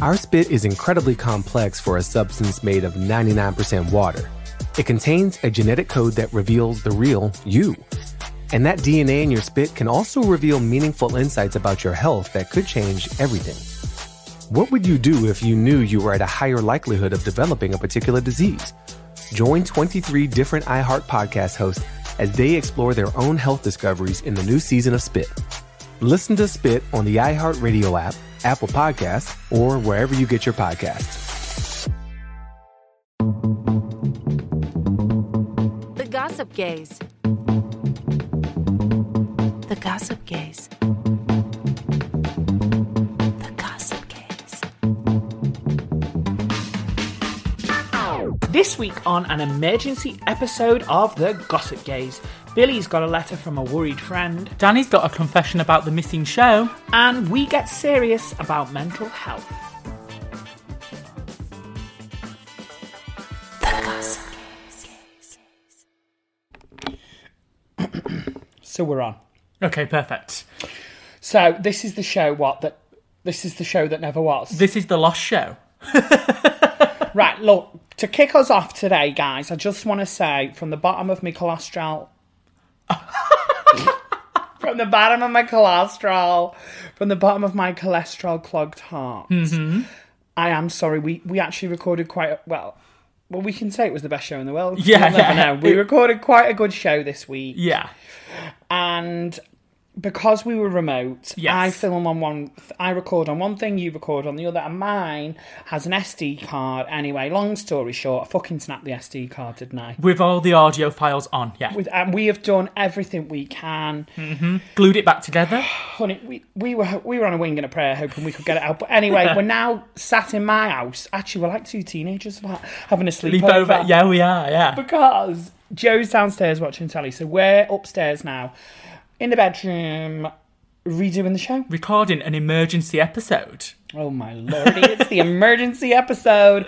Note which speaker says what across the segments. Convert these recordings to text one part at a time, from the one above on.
Speaker 1: Our spit is incredibly complex for a substance made of 99% water. It contains a genetic code that reveals the real you. And that DNA in your spit can also reveal meaningful insights about your health that could change everything. What would you do if you knew you were at a higher likelihood of developing a particular disease? Join 23 different iHeart podcast hosts as they explore their own health discoveries in the new season of Spit. Listen to Spit on the iHeartRadio app, Apple Podcasts, or wherever you get your podcasts.
Speaker 2: The Gossip Gaze. The Gossip Gaze. The Gossip Gaze.
Speaker 3: This week on an emergency episode of The Gossip Gaze, Billy's got a letter from a worried friend,
Speaker 4: Danny's got a confession about the missing show.
Speaker 3: and we get serious about mental health. So we're on.
Speaker 4: Okay, perfect.
Speaker 3: So this is the show what that this is the show that never was.
Speaker 4: This is the lost show.
Speaker 3: Right, look, to kick us off today, guys, I just want to say from the bottom of my cholesterol. from the bottom of my cholesterol. From the bottom of my cholesterol clogged heart.
Speaker 4: Mm-hmm.
Speaker 3: I am sorry. We, we actually recorded quite a, well. Well, we can say it was the best show in the world.
Speaker 4: Yeah,
Speaker 3: You'll never
Speaker 4: yeah.
Speaker 3: know. We
Speaker 4: It-
Speaker 3: recorded quite a good show this week,
Speaker 4: Yeah.
Speaker 3: and because we were remote,
Speaker 4: Yes.
Speaker 3: I film on one. I record on one thing, you record on the other, and mine has an SD card. Anyway, long story short, I fucking snapped the SD card, didn't I?
Speaker 4: With all the audio files on, yeah.
Speaker 3: With, and we have done everything we can.
Speaker 4: Glued it back together.
Speaker 3: Honey, we, we were we were on a wing and a prayer, hoping we could get it out. But anyway, we're now sat in my house. Actually, we're like two teenagers like, having a sleepover.
Speaker 4: Leap over. Yeah, we are, yeah.
Speaker 3: because Joe's downstairs watching telly, so we're upstairs now in the bedroom redoing the show.
Speaker 4: Recording an emergency episode.
Speaker 3: Oh my lordy, it's the emergency episode.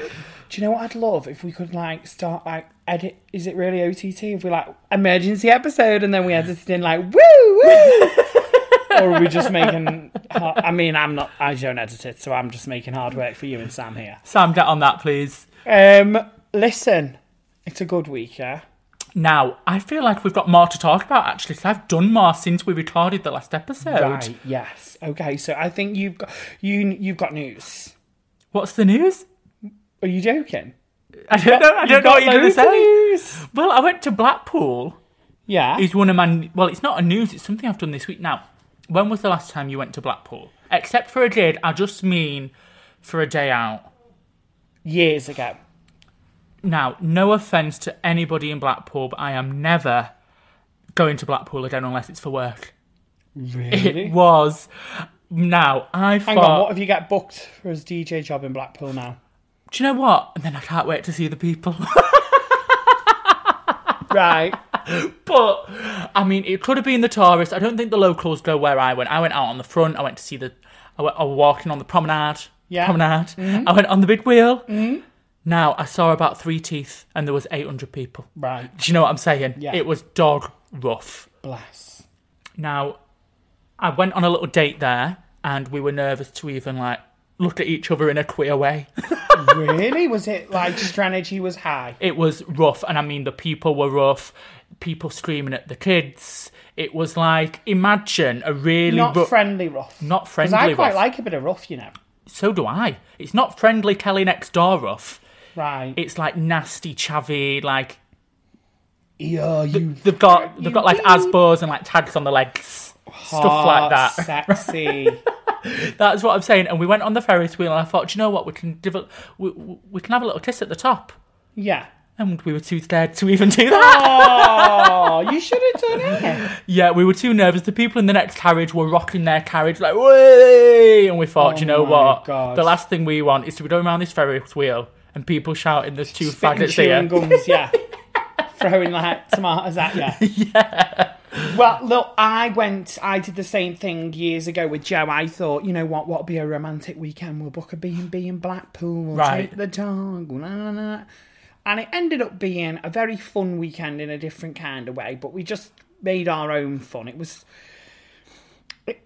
Speaker 3: Do you know what I'd love if we could like start like edit? Is it really OTT? If we like emergency episode and then we edit it in like woo woo, or are we just making? Hard, I mean, I'm not. I don't edit it, so I'm just making hard work for you and Sam here.
Speaker 4: Sam, get on that, please.
Speaker 3: Um, listen, it's a good week, yeah.
Speaker 4: Now, I feel like we've got more to talk about, actually, 'cause I've done more since we recorded the last episode.
Speaker 3: Right. Yes. Okay. So I think you've got you you've got news.
Speaker 4: What's the news?
Speaker 3: Are you joking?
Speaker 4: I don't know. I
Speaker 3: You've
Speaker 4: don't know
Speaker 3: got
Speaker 4: what you're going
Speaker 3: loads
Speaker 4: to
Speaker 3: of
Speaker 4: say.
Speaker 3: News.
Speaker 4: Well, I went to Blackpool.
Speaker 3: Yeah.
Speaker 4: is one of my. Well, it's not a news. It's something I've done this week. Now, when was the last time you went to Blackpool? Except for a date, I just mean for a day out.
Speaker 3: Years ago.
Speaker 4: Now, no offense to anybody in Blackpool, but I am never going to Blackpool again unless it's for work.
Speaker 3: Really?
Speaker 4: It was. Now I
Speaker 3: Hang
Speaker 4: thought.
Speaker 3: on, what have you got booked for his DJ job in Blackpool now?
Speaker 4: Do you know what? And then I can't wait to see the people.
Speaker 3: Right.
Speaker 4: But I mean, it could have been the tourists. I don't think the locals go where I went. I went out on the front. I went to see the. I went, I was walking on the promenade.
Speaker 3: Yeah. Mm-hmm.
Speaker 4: Promenade. I went on the big wheel. Now I saw about three teeth, and there was eight hundred people.
Speaker 3: right.
Speaker 4: Do you know what I'm saying?
Speaker 3: Yeah.
Speaker 4: It was dog rough.
Speaker 3: Bless.
Speaker 4: Now, I went on a little date there, and we were nervous to even like look at each other in a queer way.
Speaker 3: Really? Was it like strategy was high?
Speaker 4: it was rough, and I mean the people were rough. people screaming at the kids. It was like imagine a really
Speaker 3: Not
Speaker 4: ru-
Speaker 3: friendly rough.
Speaker 4: Not
Speaker 3: 'Cause I
Speaker 4: friendly
Speaker 3: quite
Speaker 4: rough.
Speaker 3: like a bit of rough, you know.
Speaker 4: So do I. It's not friendly Kelly next door rough.
Speaker 3: Right.
Speaker 4: It's like nasty chavvy. Like
Speaker 3: yeah, you
Speaker 4: they've got
Speaker 3: You
Speaker 4: they've got like
Speaker 3: weeb.
Speaker 4: asbos and like tags on the legs, stuff like
Speaker 3: hot,
Speaker 4: that.
Speaker 3: Sexy.
Speaker 4: That's what I'm saying. And we went on the Ferris wheel, and I thought, do you know what? We can develop. We, we we can have a little kiss at the top.
Speaker 3: yeah.
Speaker 4: And we were too scared to even do that.
Speaker 3: Oh, you should have done it.
Speaker 4: Yeah, we were too nervous. The people in the next carriage were rocking their carriage like, way! And we thought,
Speaker 3: Oh
Speaker 4: do you know
Speaker 3: my
Speaker 4: what?
Speaker 3: God.
Speaker 4: The last thing we want is to be going around this Ferris wheel and people shouting, there's two
Speaker 3: Spitting
Speaker 4: faggots here.
Speaker 3: chewing gums, yeah. Throwing like tomatoes at you. Yeah. Well, look, I went, I did the same thing years ago with Joe. I thought, you know what, what'll be a romantic weekend? We'll book a B&B in Blackpool. We'll
Speaker 4: Right.
Speaker 3: take the dog. la, la, la. And it ended up being a very fun weekend in a different kind of way, but we just made our own fun. It was, it,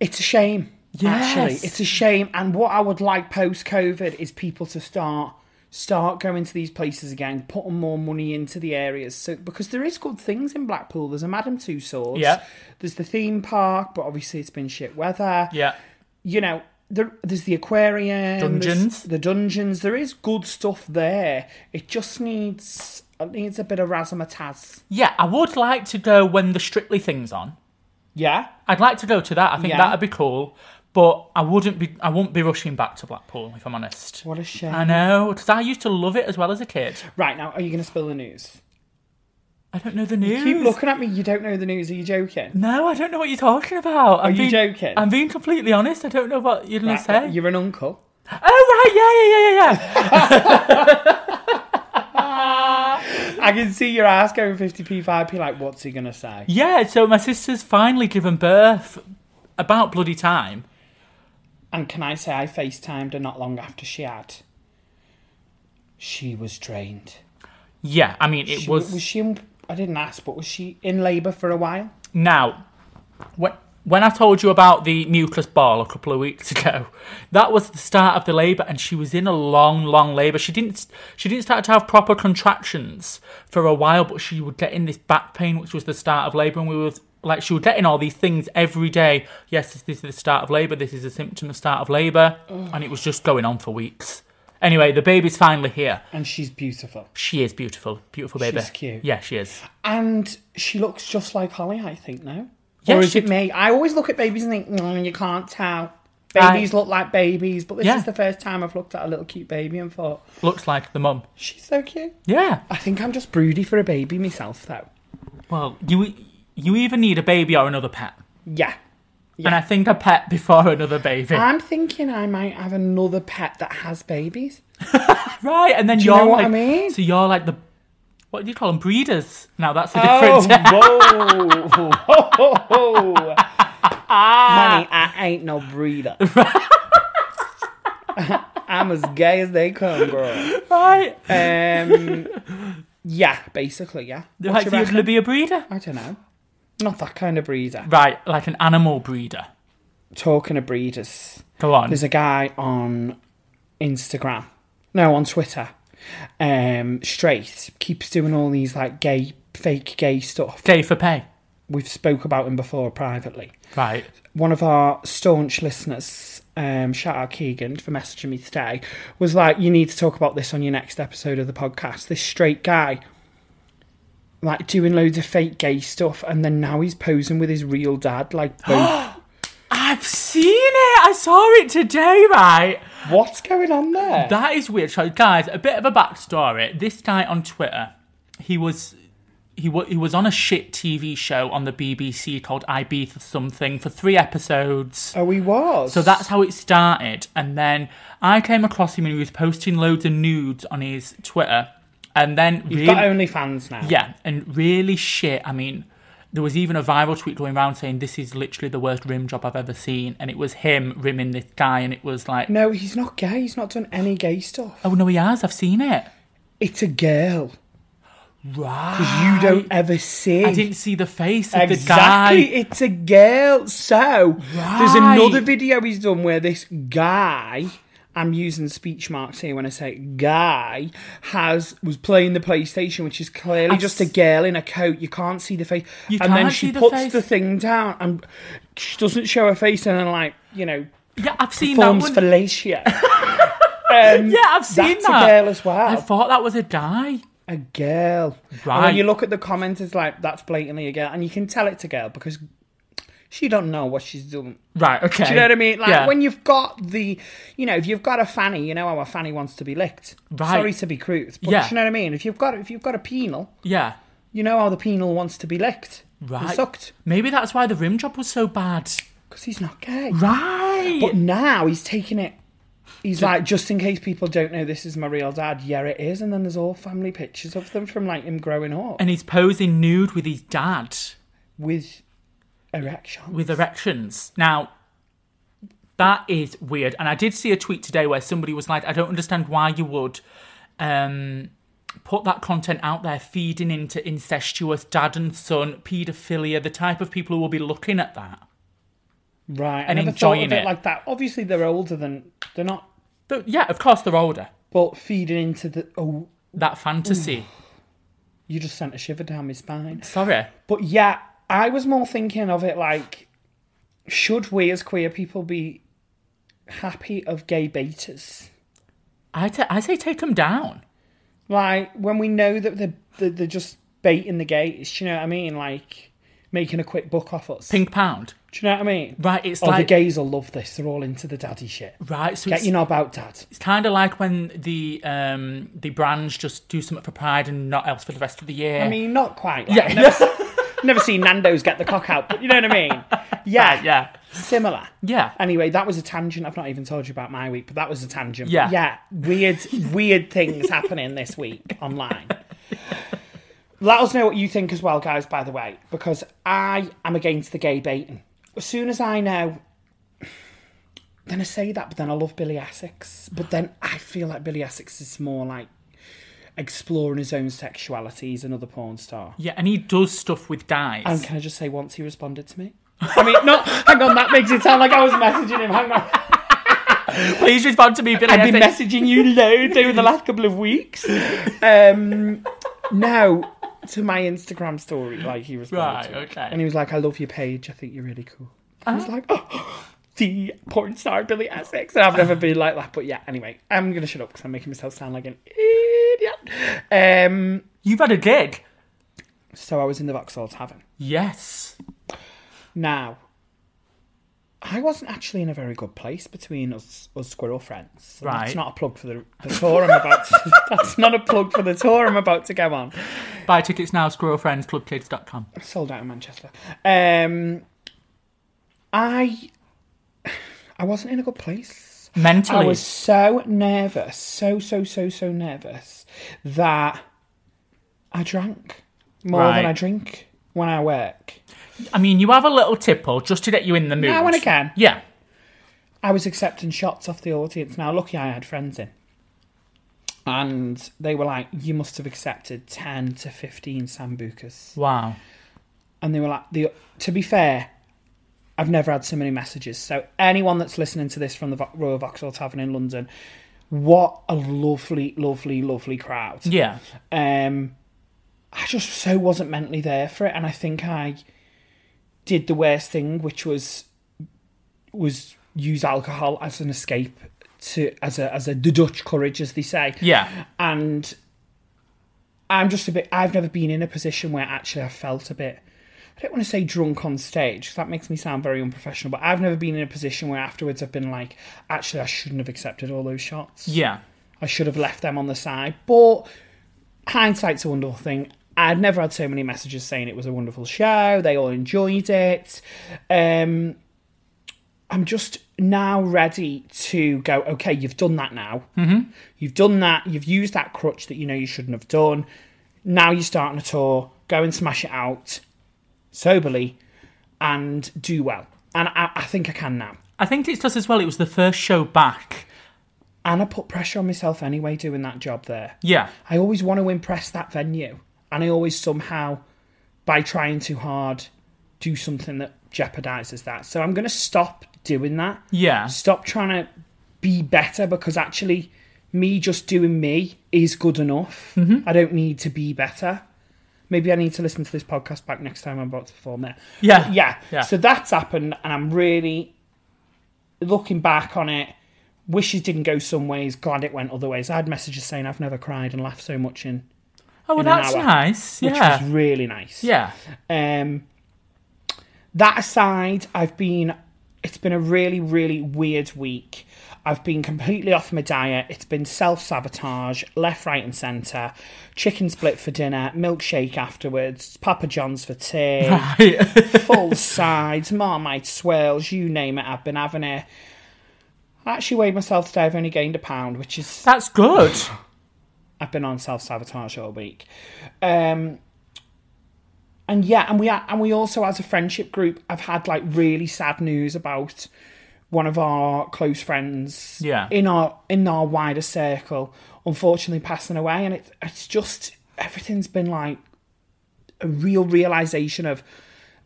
Speaker 3: it's a shame. Actually,
Speaker 4: Yes.
Speaker 3: it's a shame. And what I would like post COVID is people to start start going to these places again, putting more money into the areas. So because there is good things in Blackpool. There's a Madame Two Swords.
Speaker 4: Yeah.
Speaker 3: There's the theme park, but obviously it's been shit weather.
Speaker 4: Yeah.
Speaker 3: You know, there, there's the aquarium, there's
Speaker 4: Dungeons.
Speaker 3: the dungeons. There is good stuff there. It just needs it needs a bit of razzmatazz.
Speaker 4: Yeah, I would like to go when the Strictly thing's on.
Speaker 3: Yeah.
Speaker 4: I'd like to go to that. I think
Speaker 3: Yeah.
Speaker 4: that'd be cool. But I wouldn't be. I wouldn't be rushing back to Blackpool if I'm honest.
Speaker 3: What a shame.
Speaker 4: I know because I used to love it as well as a kid.
Speaker 3: Right now, are you going to spill the news?
Speaker 4: I don't know the news.
Speaker 3: Keep looking at me. You don't know the news. Are you joking?
Speaker 4: No, I don't know what you're talking about. I'm
Speaker 3: you
Speaker 4: being,
Speaker 3: joking?
Speaker 4: I'm being completely honest. I don't know what you're gonna
Speaker 3: Right,
Speaker 4: say.
Speaker 3: You're an uncle.
Speaker 4: Oh right, yeah, yeah, yeah, yeah, yeah.
Speaker 3: I can see your ass going 50p, 5p. Like, what's he going to say?
Speaker 4: yeah. So my sister's finally given birth about bloody time.
Speaker 3: And can I say, I FaceTimed her not long after she had. She was drained.
Speaker 4: Yeah, I mean it
Speaker 3: She-
Speaker 4: was,
Speaker 3: was she in, I didn't ask, but was she in labour for a while?
Speaker 4: now. When when I told you about the mucus ball a couple of weeks ago, that was the start of the labour, and she was in a long, long labour. She didn't she didn't start to have proper contractions for a while, but she would get in this back pain, which was the start of labour, and we were like she was getting all these things every day. Yes, this, this is the start of labour. This is a symptom of start of labour, and it was just going on for weeks. Anyway, the baby's finally here.
Speaker 3: And she's beautiful.
Speaker 4: She is beautiful, beautiful baby.
Speaker 3: She's cute.
Speaker 4: Yeah, she is.
Speaker 3: And she looks just like Holly, I think, now.
Speaker 4: Yeah,
Speaker 3: or is
Speaker 4: she-
Speaker 3: it me? I always look at babies and think, mm, you can't tell. Babies look like babies, but this
Speaker 4: Yeah.
Speaker 3: is the first time I've looked at a little cute baby and thought,
Speaker 4: Looks like the mum.
Speaker 3: she's so cute.
Speaker 4: Yeah.
Speaker 3: I think I'm just broody for a baby myself, though.
Speaker 4: Well, you you either need a baby or another pet.
Speaker 3: Yeah.
Speaker 4: And I think a pet before another baby.
Speaker 3: I'm thinking I might have another pet that has babies.
Speaker 4: right, and then
Speaker 3: you
Speaker 4: are
Speaker 3: know what I
Speaker 4: like,
Speaker 3: mean?
Speaker 4: So you're like the what do you call them? Breeders. Now that's a
Speaker 3: Oh.
Speaker 4: different
Speaker 3: whoa. Ho, ho, ho. Honey, I ain't no breeder. I'm as gay as they come, girl.
Speaker 4: right.
Speaker 3: Um, yeah, basically, yeah. What
Speaker 4: Like
Speaker 3: you
Speaker 4: so you're gonna
Speaker 3: reckon?
Speaker 4: be a breeder.
Speaker 3: I don't know. Not that kind of breeder.
Speaker 4: Right, like an animal breeder.
Speaker 3: Talking of breeders.
Speaker 4: Go on.
Speaker 3: There's a guy on Instagram, no, on Twitter, um, straight keeps doing all these like gay, fake gay stuff.
Speaker 4: Gay for pay.
Speaker 3: We've spoke about him before privately.
Speaker 4: Right.
Speaker 3: One of our staunch listeners, um, shout out Keegan for messaging me today, was like, "You need to talk about this on your next episode of the podcast." This straight guy, like doing loads of fake gay stuff, and then now he's posing with his real dad, like both.
Speaker 4: I've seen it. I saw it today. Right.
Speaker 3: What's going on there?
Speaker 4: That is weird. So, guys, a bit of a backstory. This guy on Twitter, he was. He, wa he was on a shit TV show on the BBC called IB for something for three episodes.
Speaker 3: oh, he was.
Speaker 4: So that's how it started. And then I came across him and he was posting loads of nudes on his Twitter. And then
Speaker 3: He's
Speaker 4: really,
Speaker 3: got OnlyFans now.
Speaker 4: yeah, and really shit. I mean, there was even a viral tweet going around saying this is literally the worst rim job I've ever seen, and it was him rimming this guy, and it was like,
Speaker 3: No, he's not gay. He's not done any gay stuff.
Speaker 4: oh no, he has. I've seen it.
Speaker 3: It's a girl.
Speaker 4: Right.
Speaker 3: You don't ever see.
Speaker 4: I didn't see the face of
Speaker 3: exactly.
Speaker 4: the guy.
Speaker 3: It's a girl. So there's another
Speaker 4: Right.
Speaker 3: video he's done where this guy. I'm using speech marks here when I say guy has was playing the PlayStation, which is clearly
Speaker 4: I've
Speaker 3: just a
Speaker 4: s-
Speaker 3: girl in a coat. You can't see the face,
Speaker 4: You
Speaker 3: and then
Speaker 4: can't
Speaker 3: she
Speaker 4: see the
Speaker 3: puts
Speaker 4: face.
Speaker 3: the thing down and she doesn't show her face, and then like you know
Speaker 4: Yeah, I've seen that
Speaker 3: forms
Speaker 4: one.
Speaker 3: fellatio. um,
Speaker 4: yeah, I've seen
Speaker 3: that's
Speaker 4: that.
Speaker 3: a girl as well.
Speaker 4: I thought that was a guy.
Speaker 3: A girl. And
Speaker 4: Right.
Speaker 3: when you look at the comments, it's like that's blatantly a girl, and you can tell it's a girl because she don't know what she's doing.
Speaker 4: Right. Okay.
Speaker 3: Do you know what I mean? Like
Speaker 4: yeah.
Speaker 3: when you've got the, you know, if you've got a fanny, you know how a fanny wants to be licked.
Speaker 4: Right.
Speaker 3: Sorry to be crude, but
Speaker 4: Yeah.
Speaker 3: do you know what I mean. If you've got if you've got a penal,
Speaker 4: Yeah.
Speaker 3: you know how the penal wants to be licked. and
Speaker 4: Right.
Speaker 3: sucked
Speaker 4: Maybe that's why the rim job was so bad.
Speaker 3: because he's not gay.
Speaker 4: Right.
Speaker 3: But now he's taking it. He's like, just in case people don't know, this is my real dad. Yeah, it is. And then there's all family pictures of them from like him growing up
Speaker 4: and he's posing nude with his dad
Speaker 3: with erection.
Speaker 4: with erections. Now, that is weird. And I did see a tweet today where somebody was like, I don't understand why you would um, put that content out there feeding into incestuous dad and son, paedophilia, the type of people who will be looking at that.
Speaker 3: Right.
Speaker 4: and
Speaker 3: I never thought
Speaker 4: enjoying
Speaker 3: of it,
Speaker 4: it.
Speaker 3: like that. Obviously, they're older than they're not,
Speaker 4: But yeah, of course they're older.
Speaker 3: but feeding into the oh,
Speaker 4: That fantasy.
Speaker 3: Mm. you just sent a shiver down my spine.
Speaker 4: Sorry.
Speaker 3: But yeah, I was more thinking of it like, should we as queer people be happy of gay betas?
Speaker 4: I, ta- I say take them down.
Speaker 3: Like when we know that they're that they're just baiting the gates. Do you know what I mean? Like making a quick buck off us.
Speaker 4: Pink pound.
Speaker 3: Do you know what I mean?
Speaker 4: Right, it's
Speaker 3: oh, the
Speaker 4: like-
Speaker 3: gays will love this. They're all into the daddy shit.
Speaker 4: Right, so
Speaker 3: Get
Speaker 4: it's,
Speaker 3: you know about dad.
Speaker 4: it's kind of like when the um, the brands just do something for Pride and not else for the rest of the year.
Speaker 3: I mean, not quite. Like,
Speaker 4: Yeah,
Speaker 3: I've never, never seen Nando's get the cock out, but you know what I mean? Yeah,
Speaker 4: Right, yeah.
Speaker 3: Similar.
Speaker 4: Yeah.
Speaker 3: Anyway, that was a tangent. I've not even told you about my week, but that was a tangent.
Speaker 4: Yeah.
Speaker 3: Yeah. Weird, weird things happening this week online. Let us know what you think as well, guys, by the way, because I am against the gay baiting. As soon as I know. Then I say that, but then I love Billy Essex. But then I feel like Billy Essex is more like exploring his own sexuality. He's another porn star.
Speaker 4: Yeah, and he does stuff with guys.
Speaker 3: And can I just say, once he responded to me? I mean, no, hang on, that makes it sound like I was messaging him. Hang on.
Speaker 4: Please respond to me, Billy.
Speaker 3: I've been
Speaker 4: Essex.
Speaker 3: messaging you loads over the last couple of weeks. Um, now, to my Instagram story, like he responded.
Speaker 4: Right,
Speaker 3: to it.
Speaker 4: okay. Uh-huh.
Speaker 3: And he was like, I love your page. I think you're really cool. I was like, oh, the porn star Billy Essex. And I've never been like that. But yeah, anyway, I'm going to shut up because I'm making myself sound like an idiot. Um,
Speaker 4: You've had a gig.
Speaker 3: so I was in the Vauxhall Tavern.
Speaker 4: Yes.
Speaker 3: Now, I wasn't actually in a very good place between us, us squirrel friends. And That's
Speaker 4: Right.
Speaker 3: not a plug for the, the tour I'm about. To, that's not a plug for the tour I'm about to go on.
Speaker 4: Buy tickets now, squirrelfriendsclubkids.com.
Speaker 3: Sold out in Manchester. Um, I, I wasn't in a good place. I
Speaker 4: Mentally.
Speaker 3: was so nervous, so so so so nervous that I drank more
Speaker 4: Right.
Speaker 3: than I drink when I work.
Speaker 4: I mean, you have a little tipple just to get you in the mood.
Speaker 3: Now and again.
Speaker 4: Yeah.
Speaker 3: I was accepting shots off the audience. Now, lucky I had friends in. And they were like, you must have accepted 10 to 15 Sambucas.
Speaker 4: Wow.
Speaker 3: And they were like, the, to be fair, I've never had so many messages. So, anyone that's listening to this from the Vo- Royal Vauxhall Tavern in London, what a lovely, lovely, lovely crowd.
Speaker 4: Yeah.
Speaker 3: Um, I just so wasn't mentally there for it, and I think I did the worst thing, which was was use alcohol as an escape to as a as a the Dutch courage, as they say.
Speaker 4: Yeah.
Speaker 3: And I'm just a bit. I've never been in a position where actually I felt a bit. I don't want to say drunk on stage because that makes me sound very unprofessional. But I've never been in a position where afterwards I've been like, actually, I shouldn't have accepted all those shots.
Speaker 4: Yeah.
Speaker 3: I should have left them on the side. But hindsight's a wonderful thing. I'd never had so many messages saying it was a wonderful show. They all enjoyed it. Um, I'm just now ready to go. Okay, you've done that now. Mm-hmm. You've done that. You've used that crutch that you know you shouldn't have done. Now you're starting a tour. Go and smash it out soberly and do well. And I, I think I can now.
Speaker 4: I think it's just as well, it was the first show back.
Speaker 3: And I put pressure on myself anyway doing that job there.
Speaker 4: Yeah.
Speaker 3: I always want to impress that venue, and I always somehow, by trying too hard, do something that jeopardizes that. So I'm going to stop doing that.
Speaker 4: Yeah.
Speaker 3: Stop trying to be better because actually, me just doing me is good enough.
Speaker 4: Mm-hmm.
Speaker 3: I don't need to be better. Maybe I need to listen to this podcast back next time I'm about to perform there.
Speaker 4: Yeah.
Speaker 3: But yeah.
Speaker 4: Yeah.
Speaker 3: So that's happened, and I'm really looking back on it. Wishes didn't go some ways. Glad it went other ways. I had messages saying I've never cried and laughed so much in,
Speaker 4: Oh, well,
Speaker 3: in an
Speaker 4: that's
Speaker 3: hour,
Speaker 4: nice.
Speaker 3: which
Speaker 4: Yeah.
Speaker 3: was really nice.
Speaker 4: yeah.
Speaker 3: Um, that aside, I've been. It's been a really, really weird week. I've been completely off my diet. It's been self sabotage, left, right, and centre. Chicken split for dinner, milkshake afterwards, Papa John's for tea, full sides, Marmite swirls, you name it. I've been having it. I actually weighed myself today. I've only gained a pound, which is
Speaker 4: That's good.
Speaker 3: I've been on self sabotage all week. Um, and yeah, and we are, and we also as a friendship group, I've had like really sad news about one of our close friends.
Speaker 4: Yeah.
Speaker 3: In our in our wider circle, unfortunately passing away, and it's it's just everything's been like a real realization of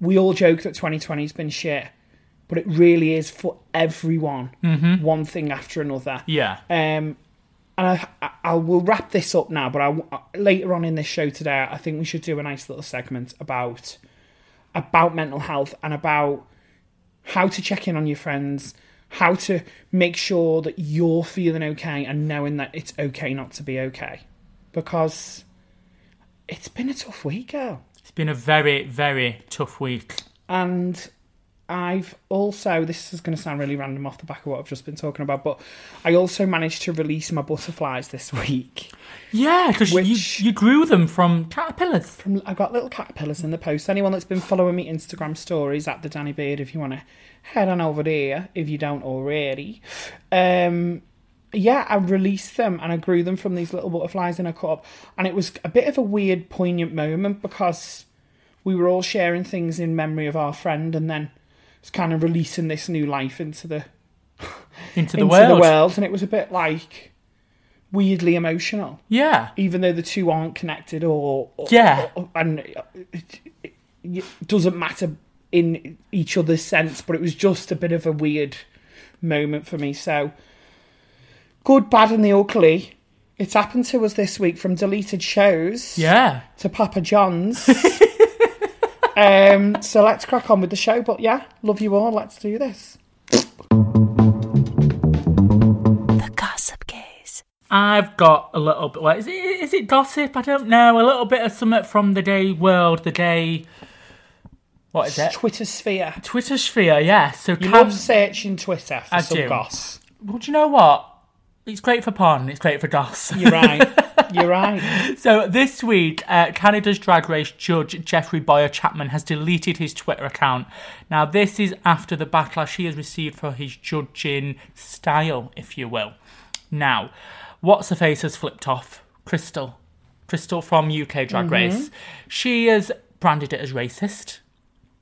Speaker 3: we all joke that 2020's been shit, but it really is for everyone. One thing after another.
Speaker 4: Mm-hmm. Yeah.
Speaker 3: Um, and I, I, I will wrap this up now, but I, w- uh, later on in this show today, I think we should do a nice little segment about about mental health and about how to check in on your friends, how to make sure that you're feeling okay and knowing that it's okay not to be okay, because it's been a tough week, girl.
Speaker 4: It's been a very, very tough week.
Speaker 3: And I've also, this is going to sound really random off the back of what I've just been talking about, but I also managed to release my butterflies this week.
Speaker 4: Yeah, because
Speaker 3: Which-
Speaker 4: you, you grew them from caterpillars.
Speaker 3: from I've got little caterpillars in the post. Anyone that's been following me Instagram stories at the Danny Beard, if you want to head on over there, if you don't already. Um, yeah, I released them and I grew them from these little butterflies in a cup, and it was a bit of a weird, poignant moment because we were all sharing things in memory of our friend, and then it's kind of releasing this new life into the
Speaker 4: into the
Speaker 3: into
Speaker 4: world.
Speaker 3: the world, and it was a bit like weirdly emotional
Speaker 4: Yeah.
Speaker 3: even though the two aren't connected or, or-
Speaker 4: Yeah.
Speaker 3: or- and it, it- it doesn't matter in each other's sense but it was just a bit of a weird moment for me so good bad and the ugly it's happened to us this week from deleted shows
Speaker 4: Yeah.
Speaker 3: to papa john's um so let's crack on with the show but yeah love you all let's do this
Speaker 2: The Gossip Gaze.
Speaker 4: I've got a little bit. Well, is it is it gossip? I don't know. A little bit of something from the day world, the day. What is it?
Speaker 3: twitter sphere
Speaker 4: Twitter sphere. Yeah. So
Speaker 3: you
Speaker 4: Cam-
Speaker 3: love searching twitter for
Speaker 4: I
Speaker 3: some
Speaker 4: do.
Speaker 3: goss
Speaker 4: Well, do you know what? It's great for porn. It's great for goss.
Speaker 3: you're right you're right
Speaker 4: So this week, uh, Canada's drag race judge Jeffrey Boyer Chapman has deleted his Twitter account. Now, this is after the backlash he has received for his judging style, if you will. Now, what's her face has flipped off Crystal, Crystal from UK Drag Race. She has branded it as racist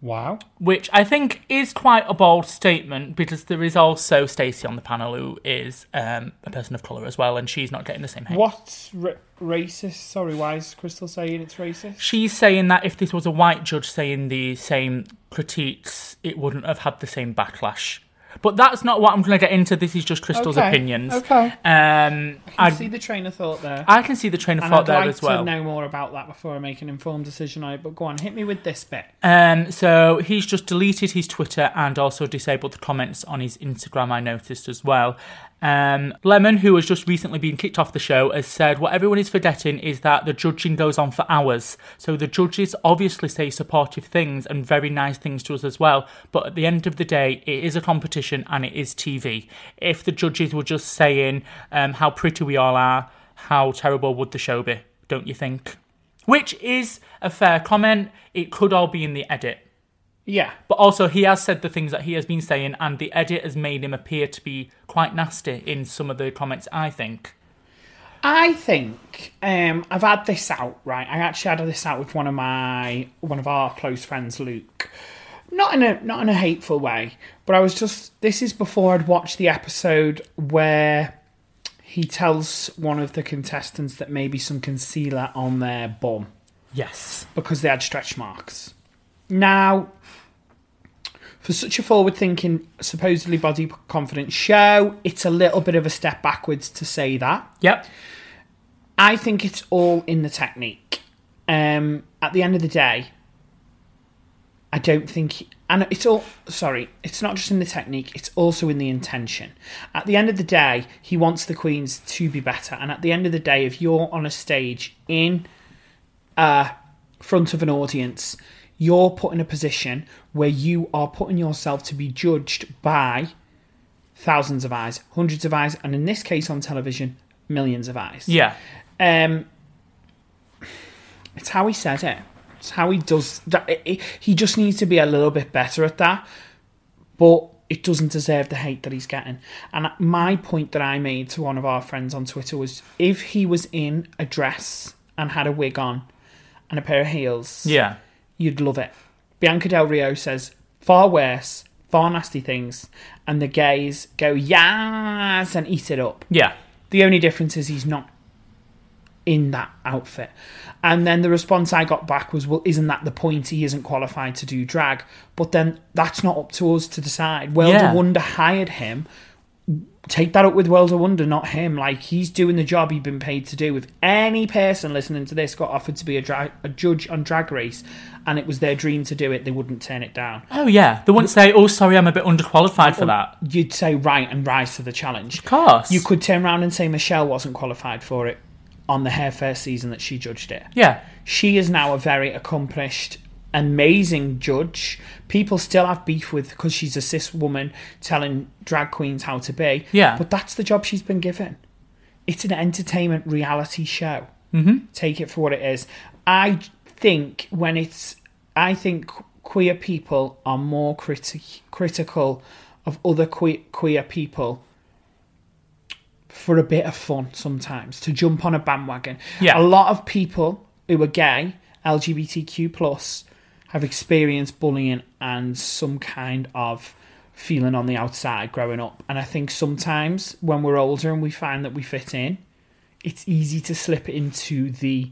Speaker 3: wow
Speaker 4: which I think is quite a bold statement because there is also Stacey on the panel who is um, a person of colour as well, and she's not getting the same hate.
Speaker 3: What's ra- racist? Sorry, why is Crystal saying it's racist?
Speaker 4: She's saying that if this was a white judge saying the same critiques, it wouldn't have had the same backlash. But that's not what I'm going to get into. This is just Crystal's
Speaker 3: Okay,
Speaker 4: opinions.
Speaker 3: okay.
Speaker 4: Um, I,
Speaker 3: I see the train of thought there.
Speaker 4: I can see the train of
Speaker 3: and
Speaker 4: thought
Speaker 3: I'd
Speaker 4: there
Speaker 3: like
Speaker 4: as
Speaker 3: to
Speaker 4: well.
Speaker 3: know more about that before I make an informed decision on it. But go on, hit me with this bit.
Speaker 4: Um, so he's just deleted his Twitter and also disabled the comments on his Instagram, I noticed as well. Um, Lemon, who has just recently been kicked off the show, has said what everyone is forgetting is that the judging goes on for hours. So the judges obviously say supportive things and very nice things to us as well. But at the end of the day, it is a competition and it is TV. If the judges were just saying um, how pretty we all are, how terrible would the show be? Don't you think? Which is a fair comment. It could all be in the edit.
Speaker 3: Yeah,
Speaker 4: But also, he has said the things that he has been saying, and the edit has made him appear to be quite nasty in some of the comments, I think.
Speaker 3: I think um, I've had this out right. I actually had this out with one of my one of our close friends, Luke. Not in a not in a hateful way, but I was just. This is before I'd watched the episode where he tells one of the contestants that maybe some concealer on their bum.
Speaker 4: Yes.
Speaker 3: because they had stretch marks. Now, for such a forward thinking, supposedly body confident show, it's a little bit of a step backwards to say that.
Speaker 4: Yep.
Speaker 3: I think it's all in the technique. Um, at the end of the day, I don't think, and it's all sorry, it's not just in the technique; it's also in the intention. At the end of the day, he wants the queens to be better, and at the end of the day, if you're on a stage in uh, front of an audience, you're put in a position where you are putting yourself to be judged by thousands of eyes, hundreds of eyes, and in this case on television, millions of eyes.
Speaker 4: Yeah.
Speaker 3: Um, it's how he says it. It's how he does that. It- it- He just needs to be a little bit better at that. But it doesn't deserve the hate that he's getting. And my point that I made to one of our friends on Twitter was if he was in a dress and had a wig on and a pair of heels,
Speaker 4: Yeah.
Speaker 3: you'd love it. Bianca Del Rio says far worse, far nasty things, and the gays go, yas, and eat it up.
Speaker 4: Yeah.
Speaker 3: The only difference is he's not in that outfit. And then the response I got back was, well, isn't that the point? He isn't qualified to do drag. But then that's not up to us to decide. World
Speaker 4: Yeah.
Speaker 3: of Wonder hired him. Take that up with World of Wonder, not him. Like, he's doing the job he'd been paid to do. If any person listening to this got offered to be a, drag, a judge on Drag Race and it was their dream to do it, they wouldn't turn it down.
Speaker 4: Oh yeah. They wouldn't say, "Oh, sorry, I'm a bit underqualified for that."
Speaker 3: You'd say, right, and rise to the challenge.
Speaker 4: Of course.
Speaker 3: You could turn around and say Michelle wasn't qualified for it on the Hair Fair season that she judged it.
Speaker 4: Yeah.
Speaker 3: She is now a very accomplished, amazing judge. People still have beef with because she's a cis woman telling drag queens how to be.
Speaker 4: Yeah.
Speaker 3: But that's the job she's been given. It's an entertainment reality show. Mm-hmm. Take it for what it is. I think when it's, I think queer people are more criti- critical of other que- queer people for a bit of fun sometimes to jump on a bandwagon.
Speaker 4: Yeah.
Speaker 3: A lot of people who are gay, LGBTQ plus, have experienced bullying and some kind of feeling on the outside growing up. And I think sometimes when we're older and we find that we fit in, it's easy to slip into the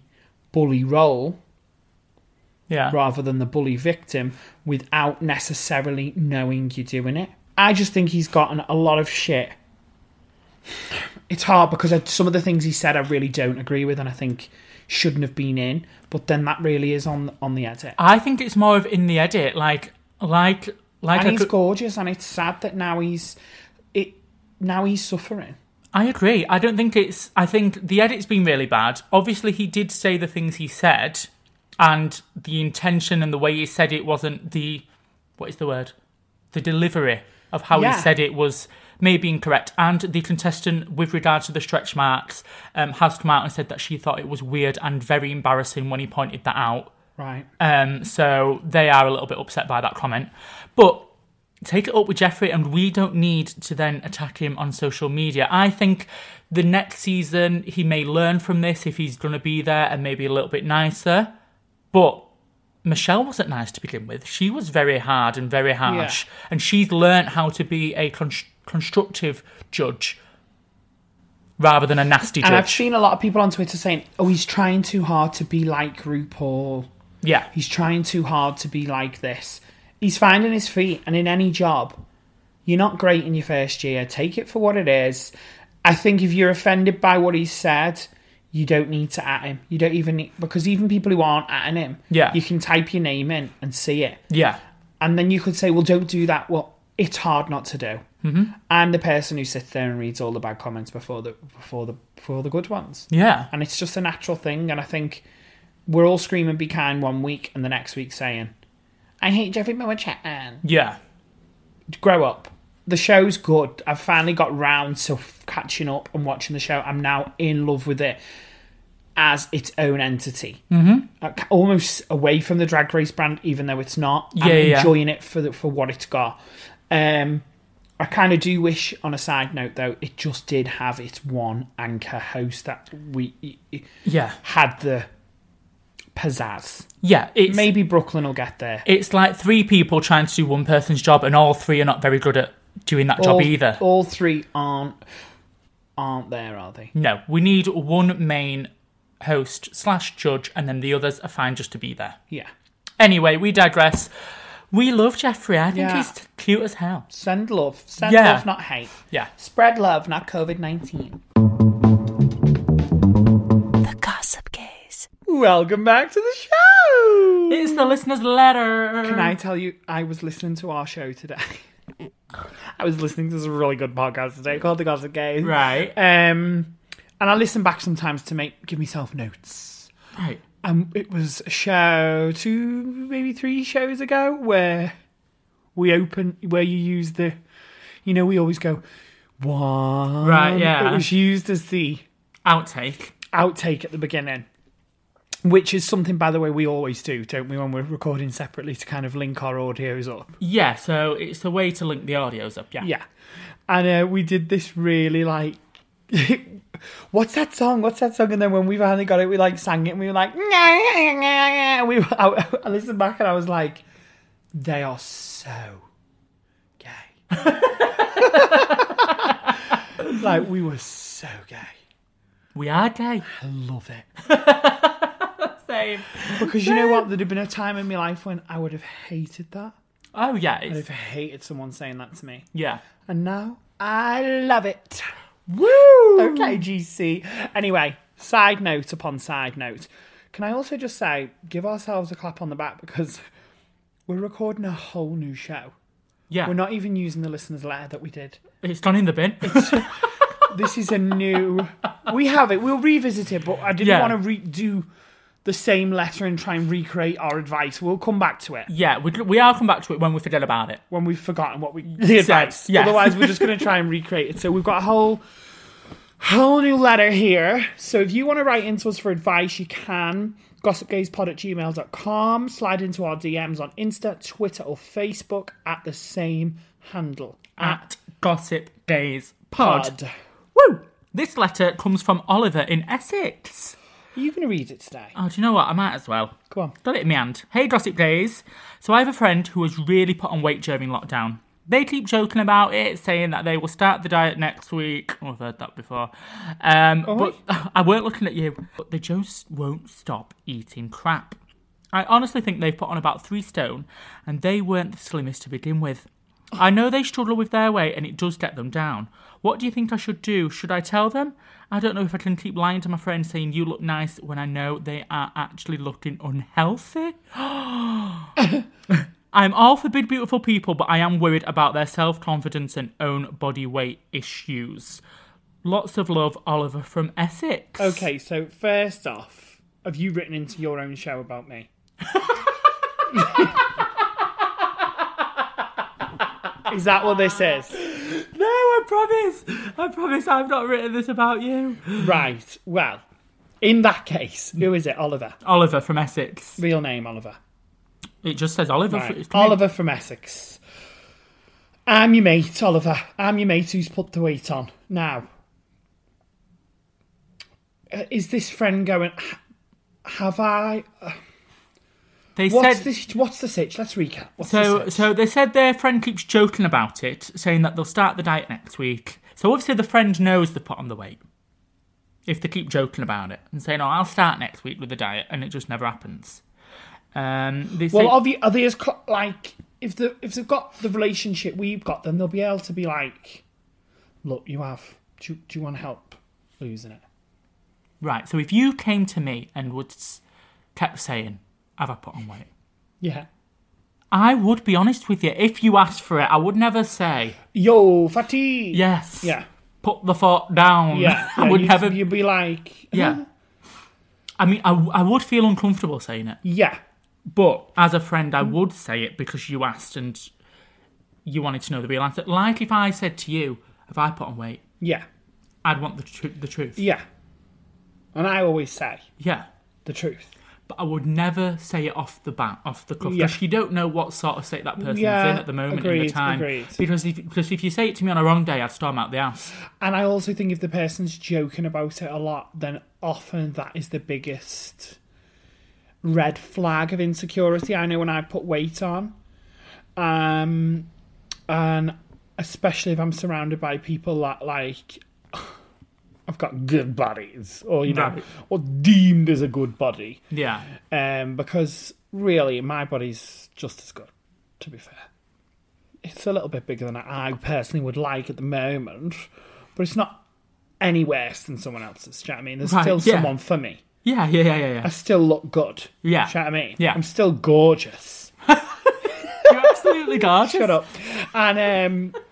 Speaker 3: bully role
Speaker 4: Yeah.
Speaker 3: rather than the bully victim without necessarily knowing you're doing it. I just think he's gotten a lot of shit. It's hard because I, some of the things he said I really don't agree with and I think shouldn't have been in, but then that really is on on the edit.
Speaker 4: I think it's more of in the edit, like, like, like.
Speaker 3: And
Speaker 4: I,
Speaker 3: he's
Speaker 4: could-
Speaker 3: gorgeous and it's sad that now he's it now he's suffering.
Speaker 4: I agree. I don't think it's. I think the edit's been really bad. Obviously, he did say the things he said, and the intention and the way he said it wasn't the. What is the word? The delivery of how
Speaker 3: Yeah.
Speaker 4: he said it was maybe incorrect. And the contestant, with regard to the stretch marks, um, has come out and said that she thought it was weird and very embarrassing when he pointed that out.
Speaker 3: Right.
Speaker 4: Um, so they are a little bit upset by that comment. But take it up with Jeffrey, and we don't need to then attack him on social media. I think the next season he may learn from this if he's going to be there and maybe a little bit nicer. But Michelle wasn't nice to begin with. She was very hard and very harsh, and she's learnt how to be a const- constructive judge rather than a nasty
Speaker 3: And I've
Speaker 4: judge.
Speaker 3: seen a lot of people on Twitter saying, "Oh, he's trying too hard to be like RuPaul."
Speaker 4: yeah,
Speaker 3: He's trying too hard to be like this. He's finding his feet, and in any job, you're not great in your first year. Take it for what it is. I think if you're offended by what he said, you don't need to at him. You don't even need, because even people who aren't atting him,
Speaker 4: Yeah.
Speaker 3: you can type your name in and see it.
Speaker 4: yeah,
Speaker 3: And then you could say, well, don't do that. Well, it's hard not to do. Mm-hmm. I'm the person who sits there and reads all the bad comments before the before the before the good ones
Speaker 4: yeah.
Speaker 3: and it's just a natural thing. And I think we're all screaming "Be kind" one week, and the next week saying, "I hate Jeffrey Moore Chatman."
Speaker 4: yeah.
Speaker 3: Grow up. The show's good. I've finally got round to f- catching up and watching the show. I'm now in love with it as its own entity, mm-hmm. almost away from the Drag Race brand, even though it's not.
Speaker 4: Yeah,
Speaker 3: I'm
Speaker 4: yeah.
Speaker 3: enjoying it for the, for what it's got. Um, I kind of do wish, on a side note though, it just did have its one anchor host that we
Speaker 4: Yeah.
Speaker 3: had the pizzazz.
Speaker 4: Yeah. It's
Speaker 3: Maybe Brooklyn will get there.
Speaker 4: it's like three people trying to do one person's job and all three are not very good at doing that
Speaker 3: all,
Speaker 4: job either.
Speaker 3: all three aren't aren't there, are they?
Speaker 4: no. We need one main host slash judge and then the others are fine just to be there.
Speaker 3: Yeah.
Speaker 4: Anyway, we digress. We love Jeffrey. I think
Speaker 3: Yeah.
Speaker 4: he's cute as hell.
Speaker 3: Send love. Send
Speaker 4: Yeah.
Speaker 3: love, not hate.
Speaker 4: Yeah.
Speaker 3: Spread love, not COVID 19.
Speaker 2: The Gossip Gaze.
Speaker 3: Welcome back to the show.
Speaker 4: It's the listener's letter.
Speaker 3: Can I tell you, I was listening to our show today. I was listening to this really good podcast today called The Gossip Game.
Speaker 4: Right.
Speaker 3: Um, and I listen back sometimes to make give myself notes.
Speaker 4: Right.
Speaker 3: And Um, it was a show two, maybe three shows ago where we open where you use the, you know, we always go one.
Speaker 4: Right, yeah.
Speaker 3: It was used as the
Speaker 4: Outtake.
Speaker 3: outtake at the beginning, which is something, by the way, we always do, don't we, when we're recording separately to kind of link our audios up.
Speaker 4: Yeah, so it's a way to link the audios up. Yeah.
Speaker 3: Yeah. And uh, we did this really like. What's that song? What's that song? And then when we finally got it, we like sang it and we were like, and we were, I, I listened back and I was like, they are so gay. like, we were so gay.
Speaker 4: We are gay.
Speaker 3: I love it.
Speaker 4: Same.
Speaker 3: Because you know what? There'd have been a time in my life when I would have hated that.
Speaker 4: Oh, yeah.
Speaker 3: I'd
Speaker 4: It's,
Speaker 3: have hated someone saying that to me.
Speaker 4: yeah.
Speaker 3: And now I love it.
Speaker 4: Woo!
Speaker 3: Okay, GC. Anyway, side note upon side note. Can I also just say, give ourselves a clap on the back because we're recording a whole new show.
Speaker 4: Yeah.
Speaker 3: We're not even using the listener's letter that we did.
Speaker 4: It's gone in the bin.
Speaker 3: This is a new. we have it. We'll revisit it, but I didn't
Speaker 4: Yeah.
Speaker 3: want to redo the same letter and try and recreate our advice. We'll come back to it.
Speaker 4: yeah, we, we are come back to it when we forget about it.
Speaker 3: when we've forgotten what we the advice.
Speaker 4: yeah.
Speaker 3: Otherwise, we're just going to try and recreate it. So we've got a whole whole new letter here. So if you want to write into us for advice, you can. Gossipgazepod at gmail.com. Slide into our DMs on Insta, Twitter, or Facebook at the same handle.
Speaker 4: At Gossip Days Pod. Woo! This letter comes from Oliver in Essex.
Speaker 3: Are you going to read it today?
Speaker 4: Oh, do you know what? I might as well.
Speaker 3: Go on.
Speaker 4: Got it in my hand. Hey, Gossip Days. So I have a friend who has really put on weight during lockdown. They keep joking about it, saying that they will start the diet next week. Oh, I've heard that before. Um, but I weren't looking at you. But they just won't stop eating crap. I honestly think they've put on about three stone, and they weren't the slimmest to begin with. I know they struggle with their weight, and it does get them down. What do you think I should do? Should I tell them? I don't know if I can keep lying to my friends saying you look nice when I know they are actually looking unhealthy. I'm all for big, beautiful people, but I am worried about their self confidence and own body weight issues. Lots of love, Oliver from Essex.
Speaker 3: Okay, so first off, have you written into your own show about me? Is that what this is?
Speaker 4: No, I promise. I promise I've not written this about you.
Speaker 3: Right. Well, in that case, who is it? Oliver.
Speaker 4: Oliver from Essex.
Speaker 3: Real name Oliver.
Speaker 4: It just says Oliver.
Speaker 3: Right.
Speaker 4: It's coming-
Speaker 3: Oliver from Essex. I'm your mate, Oliver. I'm your mate who's put the weight on. Now, uh, is this friend going? "H- Have I?
Speaker 4: They
Speaker 3: What's
Speaker 4: said
Speaker 3: this? What's the sitch? Let's recap. What's the
Speaker 4: so.
Speaker 3: sitch?
Speaker 4: So they said their friend keeps joking about it, saying that they'll start the diet next week. So obviously the friend knows they put on the weight. If they keep joking about it and saying, "Oh, I'll start next week with the diet," and it just never happens. Um, they say,
Speaker 3: Well, are they, are they as cl- like if the if they've got the relationship we've got, then they'll be able to be like, look, you have. Do, you- do you want help losing it?
Speaker 4: right. So if you came to me and would s- kept saying, "Have I put on weight?"
Speaker 3: Yeah.
Speaker 4: I would be honest with you. If you asked for it, I would never say
Speaker 3: Yo, fatty.
Speaker 4: yes.
Speaker 3: Yeah.
Speaker 4: Put the fork down.
Speaker 3: Yeah,
Speaker 4: I
Speaker 3: yeah,
Speaker 4: would
Speaker 3: you'd,
Speaker 4: never.
Speaker 3: you'd be like,
Speaker 4: yeah. I mean, I, w- I would feel uncomfortable saying it,
Speaker 3: yeah,
Speaker 4: but as a friend,
Speaker 3: Mm.
Speaker 4: I would say it because you asked and you wanted to know the real answer. Like if I said to you, "Have I put on weight?"
Speaker 3: yeah,
Speaker 4: I'd want the tru- the truth.
Speaker 3: yeah. And I always say
Speaker 4: Yeah.
Speaker 3: the truth.
Speaker 4: But I would never say it off the bat, off the cuff,
Speaker 3: Yeah.
Speaker 4: because you don't know what sort of state that person's
Speaker 3: Yeah,
Speaker 4: in at the moment in
Speaker 3: agreed,
Speaker 4: the time.
Speaker 3: agreed.
Speaker 4: Because if because if you say it to me on a wrong day, I'd storm out the house.
Speaker 3: And I also think if the person's joking about it a lot, then often that is the biggest red flag of insecurity. I know when I put weight on, um, and especially if I'm surrounded by people that like. I've got good bodies, or you know,
Speaker 4: Right.
Speaker 3: or deemed as a good body.
Speaker 4: Yeah.
Speaker 3: um, because really my body's just as good. to be fair. It's a little bit bigger than I personally would like at the moment, but it's not any worse than someone else's. Do you know what I mean? There's
Speaker 4: Right,
Speaker 3: still
Speaker 4: yeah.
Speaker 3: someone for me.
Speaker 4: Yeah, yeah, yeah, yeah. yeah.
Speaker 3: I still look good.
Speaker 4: Yeah.
Speaker 3: Do you know what I mean?
Speaker 4: Yeah.
Speaker 3: I'm still gorgeous.
Speaker 4: You're absolutely gorgeous.
Speaker 3: Shut up. And um,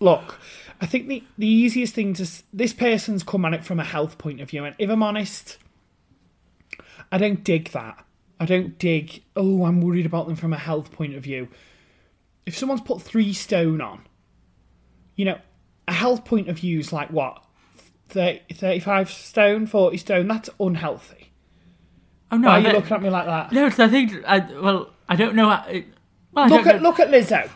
Speaker 3: look, I think the, the easiest thing to. s- This person's come at it from a health point of view. And if I'm honest, I don't dig that. I don't dig, oh, I'm worried about them from a health point of view. If someone's put three stone on, you know, a health point of view is like what? 30, 35 stone, 40 stone? That's unhealthy.
Speaker 4: Oh no,
Speaker 3: Why are
Speaker 4: I
Speaker 3: you
Speaker 4: don't-
Speaker 3: looking at me like that?
Speaker 4: No, 'cause I think. I, well, I don't know. I, it- well, I
Speaker 3: Look
Speaker 4: don't
Speaker 3: at
Speaker 4: know.
Speaker 3: look at Lizzo.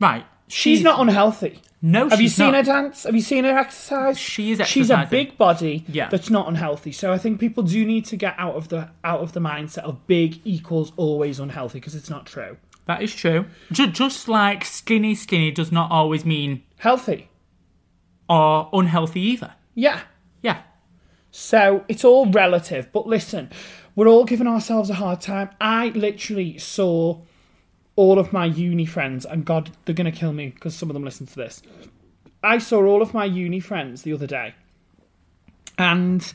Speaker 4: Right.
Speaker 3: She's not unhealthy.
Speaker 4: No,
Speaker 3: Have you
Speaker 4: she's
Speaker 3: seen
Speaker 4: not.
Speaker 3: her dance? Have you seen her exercise?
Speaker 4: She is
Speaker 3: She's a
Speaker 4: exercising.
Speaker 3: big body
Speaker 4: Yeah.
Speaker 3: that's not unhealthy. So I think people do need to get out of the out of the mindset of big equals always unhealthy because it's not true.
Speaker 4: That is true. Ju- just like skinny, skinny does not always mean
Speaker 3: Healthy.
Speaker 4: or unhealthy either.
Speaker 3: Yeah.
Speaker 4: Yeah.
Speaker 3: So it's all relative. But listen, we're all giving ourselves a hard time. I literally saw all of my uni friends, and God, they're going to kill me because some of them listen to this. I saw all of my uni friends the other day, and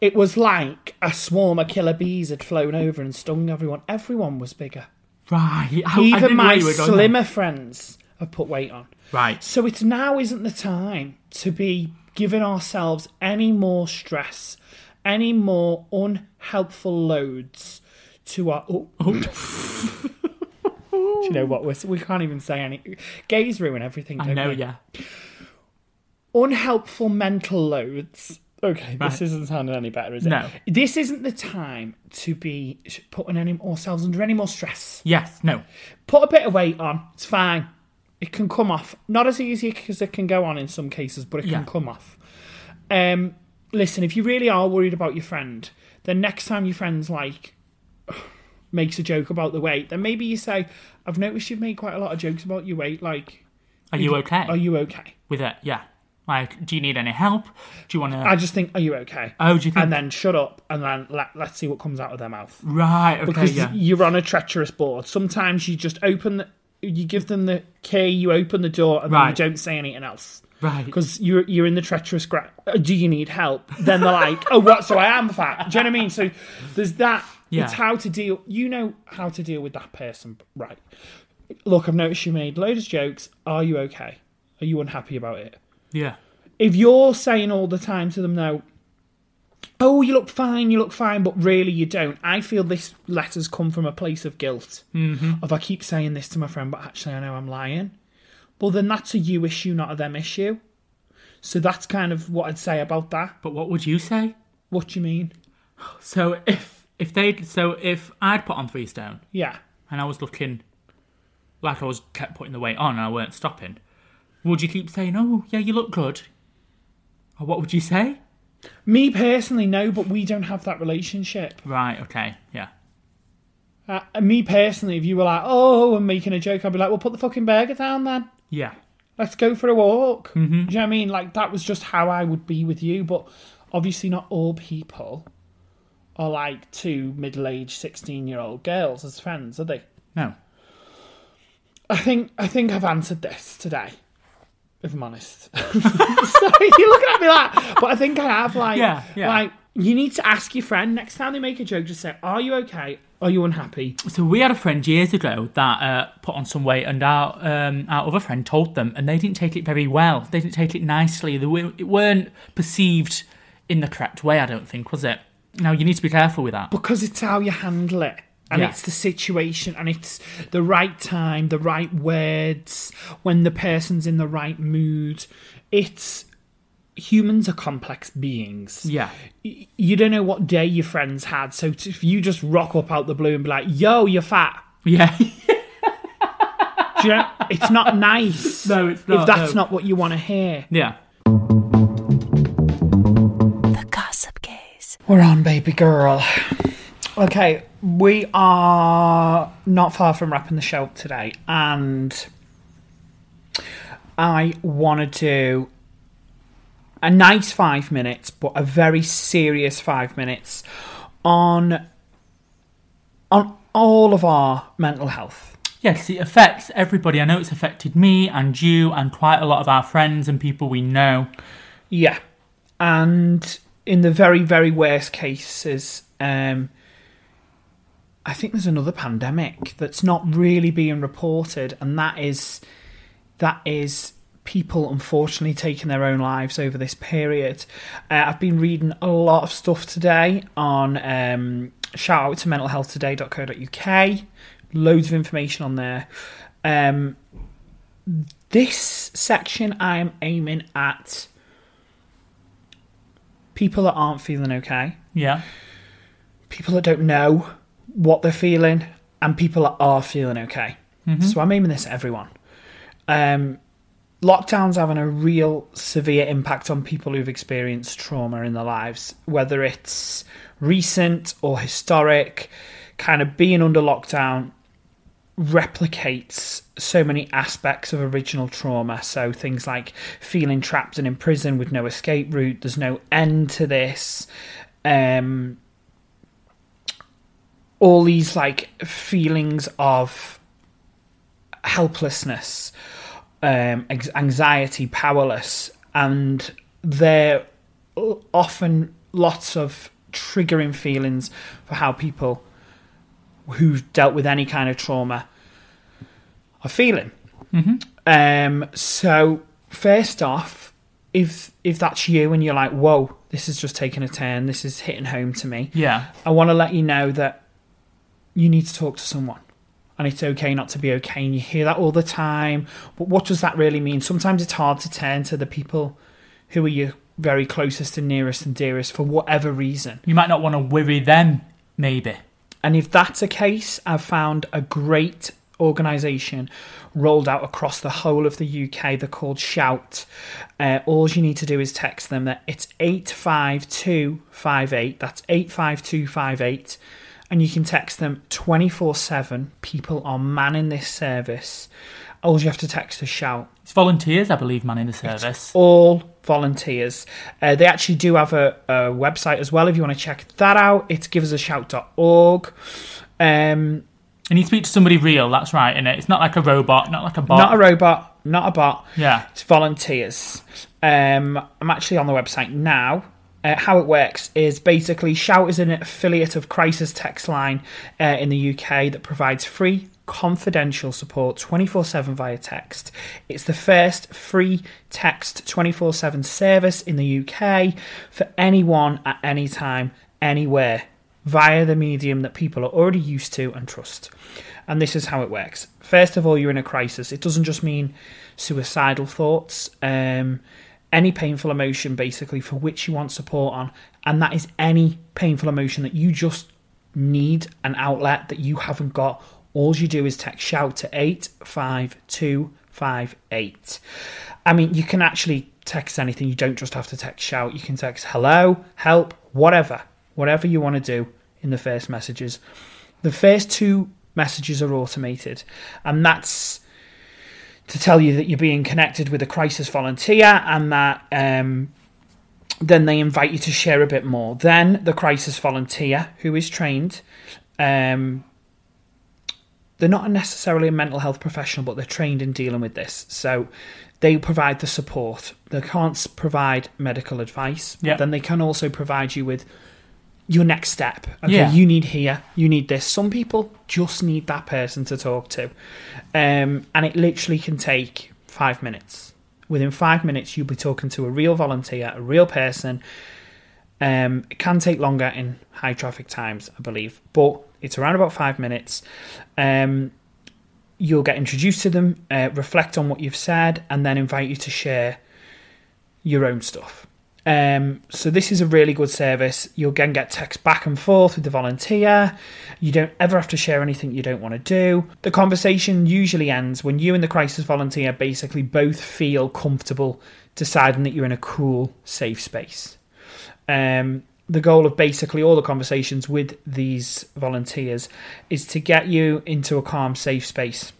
Speaker 3: it was like a swarm of killer bees had flown over and stung everyone. Everyone was bigger.
Speaker 4: Right. Oh, I- I
Speaker 3: Even
Speaker 4: didn't know
Speaker 3: my
Speaker 4: you were going there.
Speaker 3: slimmer friends have put weight on.
Speaker 4: Right.
Speaker 3: So it's now isn't the time to be giving ourselves any more stress, any more unhelpful loads to our. Oh.
Speaker 4: Oh.
Speaker 3: Do you know what? We're, we can't even say any. Gays ruin everything.
Speaker 4: I
Speaker 3: don't
Speaker 4: know.
Speaker 3: they?
Speaker 4: Yeah.
Speaker 3: unhelpful mental loads. Okay,
Speaker 4: Right.
Speaker 3: this isn't sounding any better, is it?
Speaker 4: No.
Speaker 3: This isn't the time to be sh- putting any, ourselves under any more stress.
Speaker 4: Yes. No.
Speaker 3: Put a bit of weight on. It's fine. It can come off. Not as easy because it can go on in some cases, but it
Speaker 4: Yeah.
Speaker 3: can come off. Um, listen, if you really are worried about your friend, then next time your friend's like makes a joke about the weight, then maybe you say, "I've noticed you've made quite a lot of jokes about your weight. Like,
Speaker 4: Are you okay
Speaker 3: are you okay?"
Speaker 4: with it? Yeah. Like, do you need any help? Do you want to?
Speaker 3: I just think, are you okay?
Speaker 4: Oh, do you think-
Speaker 3: And then shut up, and then let, let's see what comes out of their mouth.
Speaker 4: Right. Okay.
Speaker 3: Because
Speaker 4: yeah.
Speaker 3: you're on a treacherous board. Sometimes you just open, the, you give them the key, you open the door, and
Speaker 4: Right.
Speaker 3: then you don't say anything else.
Speaker 4: Right.
Speaker 3: Because you're you're in the treacherous ground. Do you need help? Then they're like, oh, what? So I am fat. Do you know what I mean? So there's that.
Speaker 4: Yeah.
Speaker 3: It's how to deal. You know how to deal with that person, right? Look, I've noticed you made loads of jokes. Are you okay? Are you unhappy about it?
Speaker 4: yeah.
Speaker 3: if you're saying all the time to them now, oh, you look fine, you look fine, but really you don't, I feel this letter's come from a place of guilt. Mm-hmm. Of I keep saying this to my friend, but actually I know I'm lying. Well, then that's a you issue, not a them issue. So that's kind of what I'd say about that.
Speaker 4: But what would you say?
Speaker 3: What do you mean?
Speaker 4: So if if they so if I'd put on three stone
Speaker 3: Yeah.
Speaker 4: and I was looking like I was kept putting the weight on and I weren't stopping, would you keep saying, "Oh yeah, you look good"? Or what would you say?
Speaker 3: Me personally, no, but we don't have that relationship.
Speaker 4: Right. Okay. Yeah.
Speaker 3: Uh, me personally, if you were like, oh, I'm making a joke, I'd be like, well, put the fucking burger down then.
Speaker 4: Yeah.
Speaker 3: let's go for a walk.
Speaker 4: Mm-hmm.
Speaker 3: Do you know what I mean? Like that was just how I would be with you, but obviously not all people are like two middle-aged sixteen-year-old girls as friends, are they?
Speaker 4: No.
Speaker 3: I think I think I've answered this today. If I'm honest, sorry, you're looking at me like, but I think I have. Like,
Speaker 4: Yeah, yeah.
Speaker 3: like you need to ask your friend next time they make a joke. Just say, "Are you okay? Are you unhappy?"
Speaker 4: So we had a friend years ago that uh, put on some weight, and our um, our other friend told them, and they didn't take it very well. They didn't take it nicely. They were, it weren't perceived in the correct way. I don't think was it. Now you need to be careful with that.
Speaker 3: because it's how you handle it and
Speaker 4: Yeah.
Speaker 3: it's the situation and it's the right time the right words when the person's in the right mood it's humans are complex beings
Speaker 4: Yeah.
Speaker 3: Y- you don't know what day your friends had so t- if you just rock up out the blue and be like yo you're fat
Speaker 4: Yeah.
Speaker 3: do you know, it's not nice
Speaker 4: No, it's not,
Speaker 3: if that's
Speaker 4: no.
Speaker 3: not what you want to hear
Speaker 4: yeah.
Speaker 2: The Gossip Gaze.
Speaker 3: We're on, baby girl. Okay, we are not far from wrapping the show up today, and I want to do a nice five minutes, but a very serious five minutes on on all of our mental health.
Speaker 4: Yes, it affects everybody. I know it's affected me and you and quite a lot of our friends and people we know.
Speaker 3: Yeah. And in the very, very worst cases, um, I think there's another pandemic that's not really being reported, and that is that is people unfortunately taking their own lives over this period. Uh, I've been reading a lot of stuff today on um, shout out to mentalhealthtoday.co.uk, loads of information on there. Um, this section I'm aiming at people that aren't feeling okay,
Speaker 4: Yeah.
Speaker 3: people that don't know what they're feeling, and people that are feeling okay. So I'm aiming this at everyone. Um, lockdown's having a real severe impact on people who've experienced trauma in their lives, whether it's recent or historic, kind of being under lockdown replicates so many aspects of original trauma. So things like feeling trapped and in prison with no escape route, there's no end to this. Um, all these like feelings of helplessness, um, ex- anxiety, powerless, and they're o- often lots of triggering feelings for how people who've dealt with any kind of trauma are feeling. Um, so first off, if if that's you and you're like, whoa, this has just taken a turn, this is hitting home to me.
Speaker 4: Yeah.
Speaker 3: I want to let you know that you need to talk to someone. And it's okay not to be okay. And you hear that all the time. But what does that really mean? Sometimes it's hard to turn to the people who are your very closest and nearest and dearest for whatever reason.
Speaker 4: You might not want to worry them, maybe.
Speaker 3: And if that's a case, I've found a great organisation rolled out across the whole of the UK. They're called Shout. Uh, all you need to do is text them. That it's eight five two five eight. That's eight five two five eight. And you can text them 24 7. People are manning this service. All you have to text is shout
Speaker 4: It's volunteers, I believe, man, in the service.
Speaker 3: all volunteers. Uh, they actually do have a, a website as well if you want to check that out. It's giveusashout.org. Um,
Speaker 4: And you speak to somebody real, that's right, innit? It's not like a robot, not like a bot.
Speaker 3: Not a robot, not a bot.
Speaker 4: Yeah.
Speaker 3: It's volunteers. Um, I'm actually on the website now. Uh, how it works is basically Shout is an affiliate of Crisis Text Line uh, in the UK that provides free, confidential support 24 7 via text. It's the first free text 24 7 service in the UK for anyone at any time, anywhere via the medium that people are already used to and trust. And this is how it works. First of all, you're in a crisis. It doesn't just mean suicidal thoughts, um, any painful emotion, basically, for which you want support on. And that is any painful emotion that you just need an outlet that you haven't got. All you do is text shout to 85258. I mean, you can actually text anything. You don't just have to text shout. You can text hello, help, whatever whatever you want to do in the first messages. The first two messages are automated, and that's to tell you that you're being connected with a crisis volunteer and that um, then they invite you to share a bit more. Then the crisis volunteer, who is trained, um, they're not necessarily a mental health professional, but they're trained in dealing with this. So they provide the support. They can't s- provide medical advice,
Speaker 4: Yeah.
Speaker 3: but then they can also provide you with your next step. Okay,
Speaker 4: Yeah.
Speaker 3: you need here, you need this. Some people just need that person to talk to. Um, and it literally can take five minutes. Within five minutes, you'll be talking to a real volunteer, a real person. Um, it can take longer in high traffic times, I believe, but it's around about five minutes. Um, you'll get introduced to them, uh, reflect on what you've said, and then invite you to share your own stuff. Um, so this is a really good service. You'll again get text back and forth with the volunteer. You don't ever have to share anything you don't want to do. The conversation usually ends when you and the crisis volunteer basically both feel comfortable deciding that you're in a cool, safe space. Um, the goal of basically all the conversations with these volunteers is to get you into a calm, safe space.